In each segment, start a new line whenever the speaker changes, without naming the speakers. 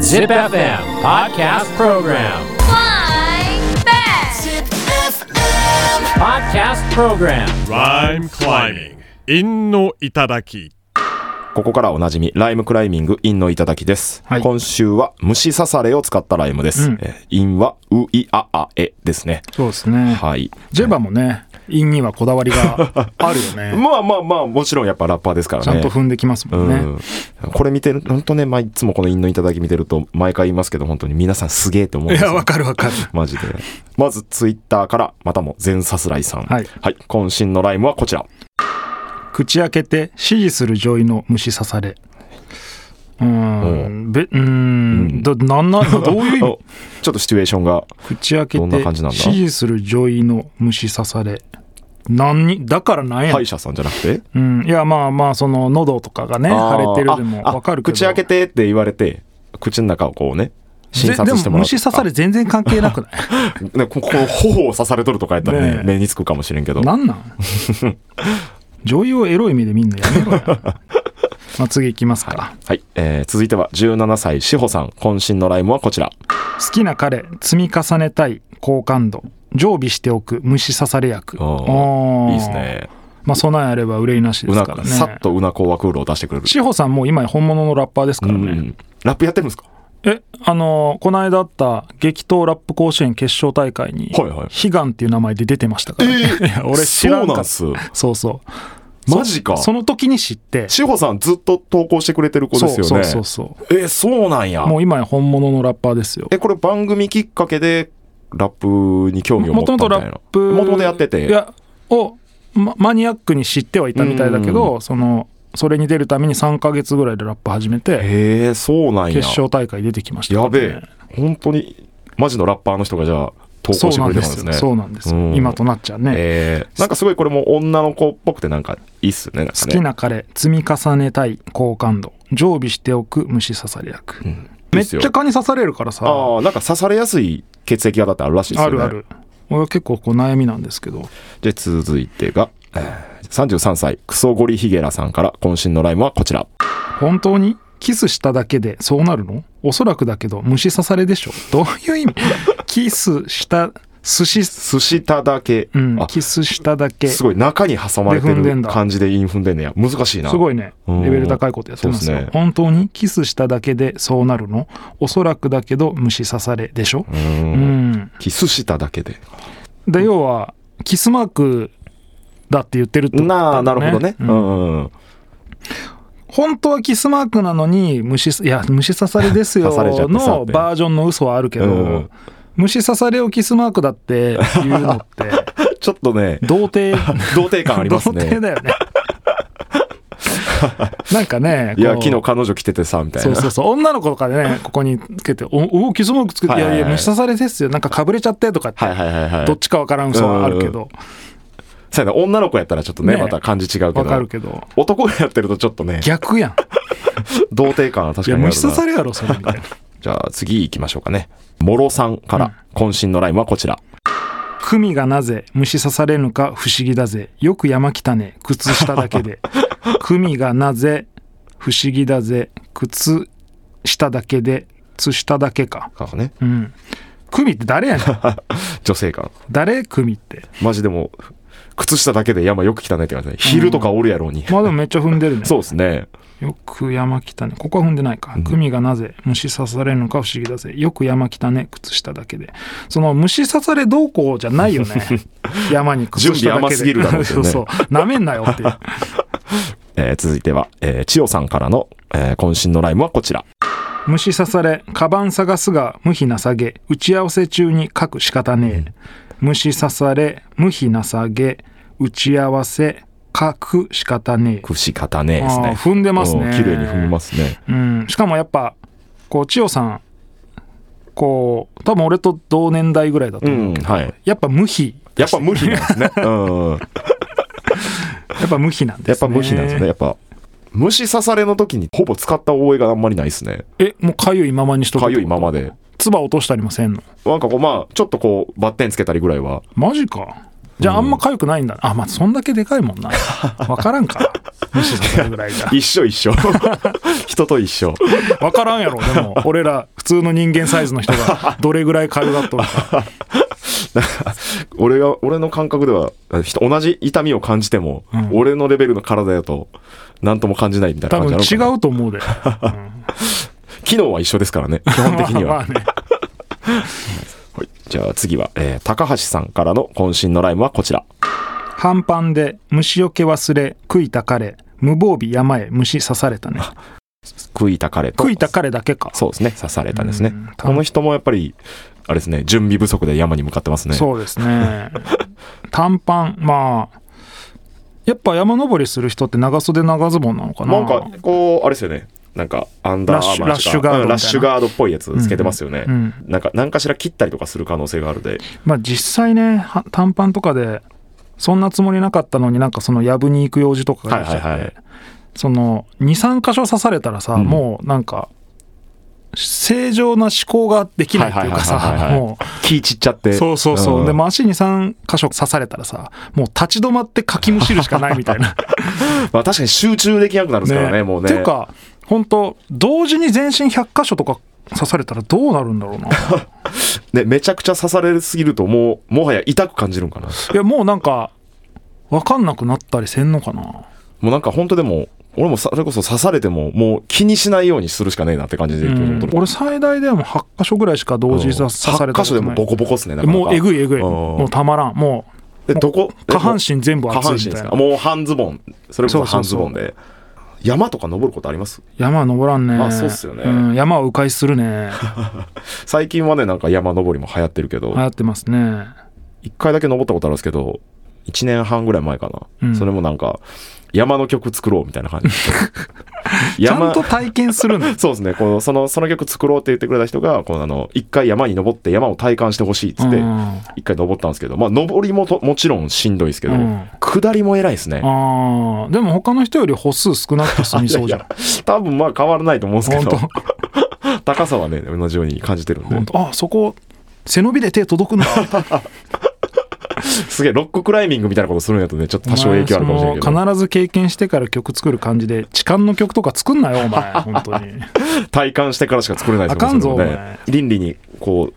Zip FM Podcast Program.
Flying back.
Podcast Program.
Rhyme climbing. 陰の頂き。
ここからはおなじみ、ライムクライミング、陰の頂きです。
はい
今週は虫刺されを使ったライムです。
うん
えー陰は、ういああえですね。
そうですね。
はい。
ジェバもね、陰にはこだわり があるよね。
まあまあまあ、もちろんやっぱラッパーですからね。
ちゃんと踏んできますもん
う
ね
ん。、これ見てる、本当ね、まあ、いつもこの陰の頂き見てると、毎回言いますけど、本当に皆さんすげえと思うんで
い
す
や、
よ
わかるわかる。
マジで。まず、ツイッターから、またも、全さすらいさん。
はい
はい。渾身のライムはこちら。
口開けて指示する上位の虫刺され。うーん、べ、うーん、ど、な んな、どういう意味
おちょっとシチュエーションが、
口開け
ど
て
んな感じなん
指
だ
示する上位の虫刺され。何に、だからなんや。
歯医者さんじゃなくて、
うん、いや、まあまあ、その、喉とかがね、
あ
腫
ー
れてるでも
ああ
わかるけど。
口開けてって言われて、口の中をこうね、診
で
察して
で
も
も
らう。
虫刺され全然関係なくない
あ。ねここの頬を刺されとるとかやったらね
ね、え
目につくかもしれんけど。
なんなん 女優をエロい目で見んのやめろや。 まあ次いきますか、
はい。えー続いては、17歳、志保さん。渾身のライムはこちら。
好きな彼積み重ねたい好感度常備しておく虫刺され薬
あー
あー
いいですね。
まあ備えあれば憂いなし
う
です
な
からね
さっとうなこわクールを出してくれる。
志保さんもう今や本物のラッパーですか
う
らね、
んうん。ラップやってるんですか
えあのーこの間あった激闘ラップ甲子園決勝大会に
はいはい
悲願っていう名前で出てましたから、ねいや俺知らんかった
そうなんす。
そうそう
マジか。
そその時に知って
志保さんずっと投稿してくれてる子ですよね。
そうそうそうそう
えーそうなんや。
もう今や本物のラッパーですよ
え、これ番組きっかけでラップに興味を持
も
った
と
みた
もと
いな。
ラップ
もともとやってて。
いやを、まマニアックに知ってはいたみたいだけ
うん
どそのそれに出るために3ヶ月ぐらいでラップ始めて
へえ、そうなんや。
決勝大会出てきましたから
や
ね、
べえ。本当に、マジのラッパーの人がじゃあ投稿
そう
して
な
く
ん
れ
で
てたんですす
よ
ね。
そうなんです
う
よ
ん
今となっちゃうね、
えーなんかすごいこれも女の子っぽくてなんかいいっすね。なんか
好
ね
きな彼積み重ねたい好感度常備しておく虫刺され役、めっちゃ蚊に刺されるからさあ
ああ、なんか刺されやすい血液型ってあるらしいですよね。
るある俺は結構こう悩みなんですけど
で、続いてが、えー33歳、クソゴリヒゲラさんから渾身のライムはこちら。
本当にキスしただけでそうなるのおそらくだけど虫刺されでしょどういう意 味キスした寿司
寿司ただけ。
うん
あ、
キスしただけ
す
す
ごい中に挟まれて
で踏んで
る
んだ
感じで韻踏んでんねや。難しいな。
ご
い。
いね
うん
レベル高いことやってますよ
そうですね
本当にキスしただけでそうなるのおそらくだけど虫刺されでしょ
うん
うん
キスしただけで。
で要はキスマークだって言ってるってことだよ
なあ、なるほどね。う
うん
ん。うん
本当はキスマークなのに虫すいや虫刺されですよ
刺されちゃってさ
の
って
バージョンの嘘はあるけど、
うん
虫刺されをキスマークだって言うのって
ちょっと ね、
童貞
童貞感あります
童貞
ね。
だよ ねなんかね
いや、
こう
昨日彼女来ててさ、みたい
そう
な
そ。うそう女の子とかでねここにつけて「おおキスマークつけて、
はいいはいはい
やいや虫刺されですよなんかかぶれちゃって」とかって、
はいはいはいはい。
どっちかわからん嘘はあるけど
そうやな女の子やったらちょっとね、
ね
また感じ違うけ
わかる
ど。
けど
男がやってるとちょっとね、
逆やん
童貞感は確
い
か
や
にある
虫刺さ
な。
れやろそれみたいな。
じゃあ次行きましょうかね。もろさんから、渾身のラインはこちら。
クミがなぜ虫刺されぬか不思議だぜよく山来たね靴下だけで クミがなぜ不思議だぜ靴下だけで靴下だけか
なんかね、
うんクミって誰やね ん
女性感。
誰クミって
マジでもう、靴下だけで山よく汚いって感じね。昼とかおるやろうに。
まあでもめっちゃ踏んでるね
そうですね。
よく山来たねここは踏んでないか、クミがなぜ虫刺されるのか不思議だぜよく山来たね靴下だけでその虫刺されどうこうじゃないよね 山に靴下だ
準備甘
けで
すぎるだろうけどね
そうそうなめんなよっていう
えー続いては、えー千代さんからの、えー渾身のライムはこちら。
虫刺されカバン探すが無比なさげ打ち合わせ中に書く仕方ねえ、虫刺され無比なさげ打ち合わせ書く仕方ねえ
くし方ねえです
あ
ね。
ー踏んでますね
うん綺麗に踏みますね。
うんしかもやっぱこう千代さんこう多分俺と同年代ぐらいだ
う
と思う、
ん、はい。
やっぱ無比
やっぱ無比なん ですね。うん。
やっぱ無比なん
や
ですね
っぱ無比なんですね。やっぱ、虫刺されの時にほぼ使った覚えがあんまりないですね。
えもうかゆいままにしとく
かゆいままで。
唾落としたりもせんの
なんかこう、まあ、ちょっとこう、バッテンつけたりぐらいは。
マジかじゃああんま痒くないんだ、あまあそんだけでかい もんなわからんか虫刺さるぐらいじゃ
一緒一 緒。人と一緒。
わからんやろで も俺ら普通の人間サイズの人がどれぐらい痒がっとるか
俺が、俺の感覚では、人同じ痛みを感じても、
ん
俺のレベルの体だと、なんとも感じないみたいな
多
感じ
分
なのか
違
な
うと思うで
機能は一緒です からね、基本的には。
まあまあね
はいじゃあ次は、えー高橋さんからの渾身のライムはこちら。
半パンで虫よけ忘れ食いたかれ無防備山へ虫刺さ れたね
食いたかれと。
食いたかれだけか
そうですね、刺されたんですね
うん。
この人もやっぱり、あれですね、準備不足で山に向かってますね。
そうですね短パンまあやっぱ山登りする人って長袖長ズボンなのかな
なんか、こう、あれですよね。なんか、アンダーアーマー
ラッシュラッシュガードみたいな
うんラッシュガードっぽいやつつけてますよね。
うんうん
なんか、何かしら切ったりとかする可能性があるで。
まあ実際ねは短パンとかでそんなつもりなかったのになんかその藪に行く用事とかが出ちゃって、
はいはいはい
その23箇所刺されたらさ、
ん
もうなんか正常な思考ができないっていうか
はいはいはい
さ
はいはい
もう
気散っちゃって。
そうそうそう、
ん
でも足23箇所刺されたらさもう立ち止まってかきむしるしかないみたい な
まあ確かに集中できなくなるんですからね、もうね。
っていうか本当同時に全身100箇所とか刺されたらどうなるんだろうない
ね、めちゃくちゃ刺されすぎると、もう、もはや痛く感じるんかな。
やもうなんか分かんなくなったりせんのかな
もうなんか本当でも、俺もさそれこそ刺されても、もう気にしないようにするしかねえなって感じで、
うん俺最大でも8箇所ぐらいしか同時に刺された
8箇所でもボコボコっすね、なかなか
もうえぐいえぐい
うん
もうたまらんも
でどこ
う下半身全部
下
熱い
半
み
身で
たい
す
な
かもう半ズボンそれこ
そ
そう
そうそう
半ズボンで山とか登ることあります
山登らんね
あそうっすよね
ん山を迂回す るね
最近はねなんか山登りも流行ってるけど
流行ってますね
一回だけ登ったことあるんですけど1年半ぐらい前かな、
うん
それもなんか山の曲作ろうみたいな感 じで
ちゃん
山
と体験するんだ
そうですねこのそのその曲作ろうって言ってくれた人がこのあの一回山に登って山を体感してほ しいっつって
うん
一回登ったんですけどまあ登りもともちろんしんどいですけど、
うん
下りも偉いですね
あーでも他の人より歩数少なくて済みそう じゃん
多分まあ変わらないと思うんですけど
本
高さはね同じように感じてるんで
本当あそこ背伸びで手届くんだ
すげえロッククライミングみたいなことするんやとねちょっと 多少影響あるかもしれないけど
お前その必ず経験してから曲作る感じで痴漢の曲とか作んなよお前本当 に
体感してからしか作れないですも
あかんぞ
それもね倫理にこう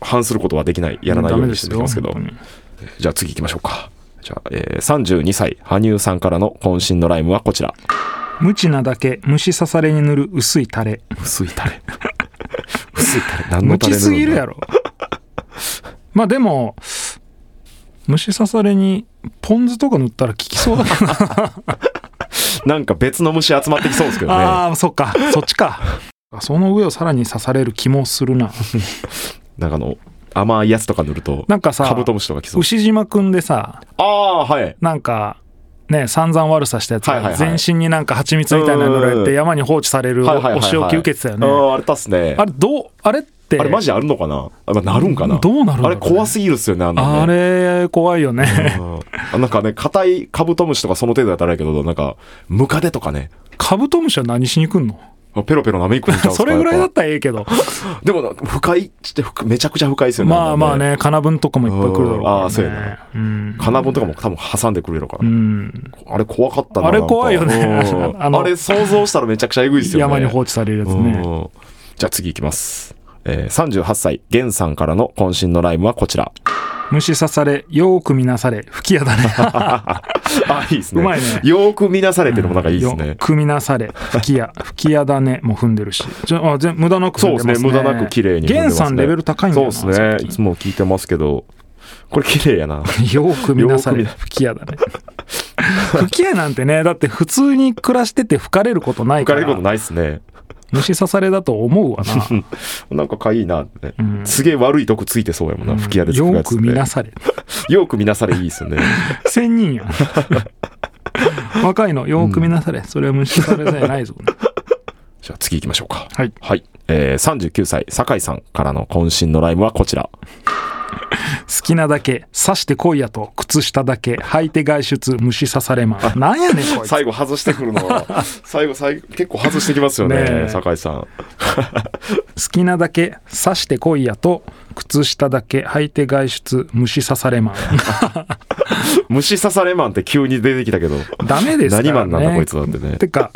反することはできないやらないようにしてきますけど
ダメですよ
じゃあ次行きましょうかじゃあ、えー、32歳羽生さんからの渾身のライムはこちら
無知なだけ虫刺されに塗る薄いタレ
薄いタレ 薄いタレ何の
無
タレ
知すぎるや
ろ
ろまあでも虫刺されにポン酢とか塗ったら効きそう だけどな
なんか別の虫集まってきそうですけどね
ああそっかそっちかその上をさらに刺される気もするな
なんかあの甘いやつとか塗ると
なんかさ
カブトムシとか来そう
牛島くんでさ
ああーはい
なんかね散々悪さしたやつ
はいはい
が
はい
全身になんか蜂蜜みたいなの塗られて山に放置されるお
はいはいはいはい
お仕置き受けてたよ
あ
ね
ーあれたっすね
あれどうあれって
あれマジあるのかなあまあなるんかな
どうなるん
あ
だろうね
れ怖すぎるっすよね、あんな
あ
のね。
れ怖いよね
うんあなんかね、硬いカブトムシとかその程度やったらあれやけど、なんか、ムカデとかね、
カブトムシは何しに来んの
ペロペロ舐めにくんちゃうんすか
それぐらいだ
や
っ
ぱ
たらええけど
でもな、深いっちって深いめちゃくちゃ深いっすよね。
まあ
ん
ま
な
あ
の。
ね金分とかもいっぱい来るだろうから、ね、
うんあーそうやな
うん
金本とかも多分挟んでくれるから、
うん
あれ怖かったな。
あれ怖いよね
なんかうん
あの
あれ想像したらめちゃくちゃエグいっすよね。
山に放置されるやつね
うんじゃあ次行きます。えー、38歳、ゲンさんからの渾身のライムはこちら。
虫刺されよーく見なされ吹き矢だね
あ、いいですね。
うまいね
よーく見なされてるのも なんかいいです
よ
ね。
く見なされ吹き矢吹き矢だねもう踏んでるしじゃあ全無駄なく踏んでますね
そうですね無駄なく綺麗に踏んでますね
ゲンさんレベル高いんだ
そう
よ
で
な
すね。いつも聞いてますけど、これ綺麗 やな。
最近よーく見なされ
よーく見な
吹き矢だね吹き矢なんてねだって普通に暮らしてて吹かれることない
浮か
か
れ
ら
ることないっすね。
虫刺されだと思うわな
なんかかいいなってね、
ん
すげえ悪いとこついてそうやもんな。 吹き矢で
よ
作る
ー
やつ
く
って、
見なされ
よく見なされいいっすね。
千人やん 若いのよーく見なされ、それは無視されじゃないぞ、
じゃあ次行きましょうか。
はい
はい。えー、39歳、酒井さんからの渾身のライムはこちら。
きなだけ刺してこいやと靴下だけ履いて外出虫刺されまんなんや ねんこいつ
最後外してくるの 最後最後結構外してきますよね
ねえ
酒井さん
好きなだけ刺してこいやと靴下だけ履いて外出虫刺さ れまん
虫刺されマンって急に出てきたけど
ダメですから
何
ね
マンなんだこいつなんてね
てか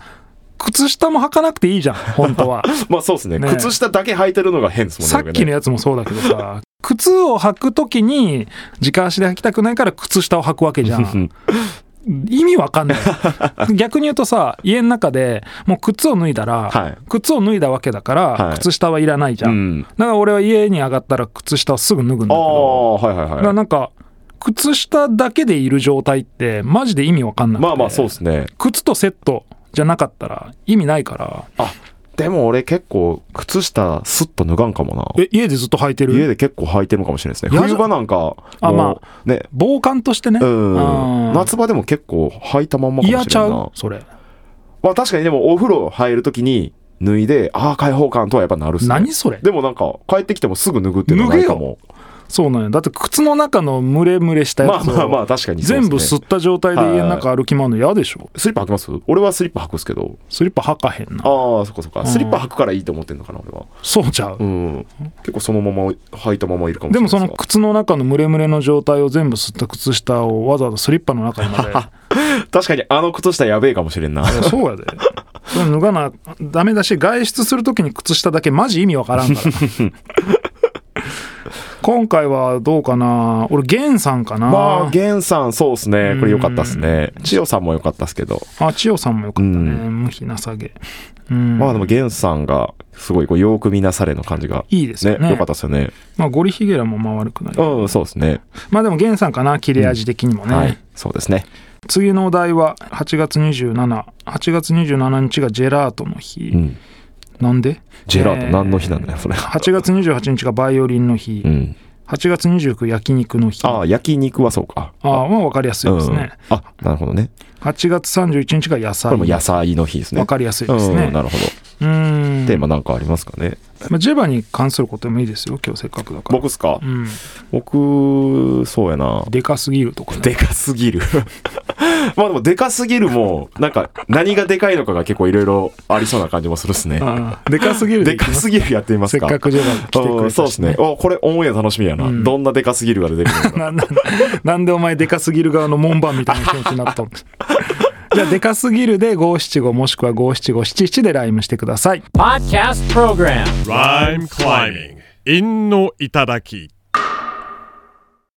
靴下も履かなくていいじゃん本 当は
まあそうですね
ねえ
靴下だけ履いてるのが変ですもんね
さっきの
ね
やつもそうだけどさ 靴を履くときに直足で履きたくないから靴下を履くわけじ ゃん意味わかんない逆に言うとさ家の中でもう靴を脱いだら、
はい
靴を脱いだわけだから、
はい
靴下はいらないじゃん、
うん
だから俺は家に上がったら靴下をすぐ脱ぐんだけ
あ
ど
あはいはい
だから
はい
なんか靴下だけでいる状態ってマジで意味わかんなくて
まあまあそうですね
靴とセットじゃなかったら意味ないから
あでも俺結構靴下スッと脱がんかもな
え家でずっと履いてる
家で結構履いてるかもしれないですね
いや
冬場なんかもう
あま
ね
防寒としてね
うん
夏
夏場でも結構履いたまんまかもしれ
嫌
ん
ちゃ
な
うそれ
まあ確かにでもお風呂入るときに脱いで、ああ、開放感とはやっぱなるっすね。
何それ
でもなんか帰ってきてもすぐ脱ぐっていうのはないかも。
そうなんやだって靴の中のムレムレした
ま
や
あ
つ
まあま
を
あ確かにそうっすね
全部吸った状態で家の中歩き回るの嫌でしょ
スリッパ履きます俺はスリッパ履くっすけど。
スリッパ履かへんな
ああ、そっかそっか。
ん
スリッパ履くからいいと思ってんのかな、俺は。
そうちゃう
うん。結構そのまま履いたままいるかもしれな
でも
いす
そ
が
の靴の中のムレムレの状態を全部吸った靴下をわざわざスリッパの中にまでいや
確かにあの靴下やべえかもしれんな。
そうやでそれ脱がなダメだし外出するときに靴下だけマジ意味わからんから 今回はどうかな俺ゲンさんかな、
まあ、ゲンさん、そうっすね。これ良かったっすね。千代さんも良かったっすけど。
あ、千代さんもよかったね。
う
無比な下げ。うん。
まあでも、ゲンさんが、すごい、こう、よく見なされの感じが。
いいですよね
良かったっすよね。
まあ、ゴリヒゲラもまあ悪くない。
うん、そうですね。
まあでも、ゲンさんかな、切れ味的にもね。
はい。そうですね。
次のお題は、8月27。8月27日がジェラートの日。
うん。
なんで
ジェラート、
えー
何の日なんだよ、それ。
8月28日がバイオリンの日、
うん。
8月29焼肉の日
ああ、焼肉はそうか。
あーまあ分かりやすいですね、
うん。あ、なるほどね。
8月31日が野
こ
菜
れも野菜の日ですね。
分かりやすいですね
うん、なるほど。
うーん
テーマなんかありますかね。
まあ、ジェバに関することでもいいですよ今日せっかくだから
僕っすか
うん
僕、そうやな。
でかすぎるとかね
でかすぎる。 まあでも、でかすぎるも、なんか、何がでかいのかが結構いろいろありそうな感じもするっすね。
あーでかすぎる
でかすぎるやってみます
せっ
か。
かくジェバが来てくれ
う
た
ん
し
そうですね。お、これオンエア楽しみやな。
うん
どんなでかすぎるが出てくるのか。
なななんでお前でかすぎる側の門番みたいな気持ちになったのじゃあでかすぎるで五七五もしくは五七五七七でライムしてください
Podcast Program
Rhyme climbing. 韻の頂き。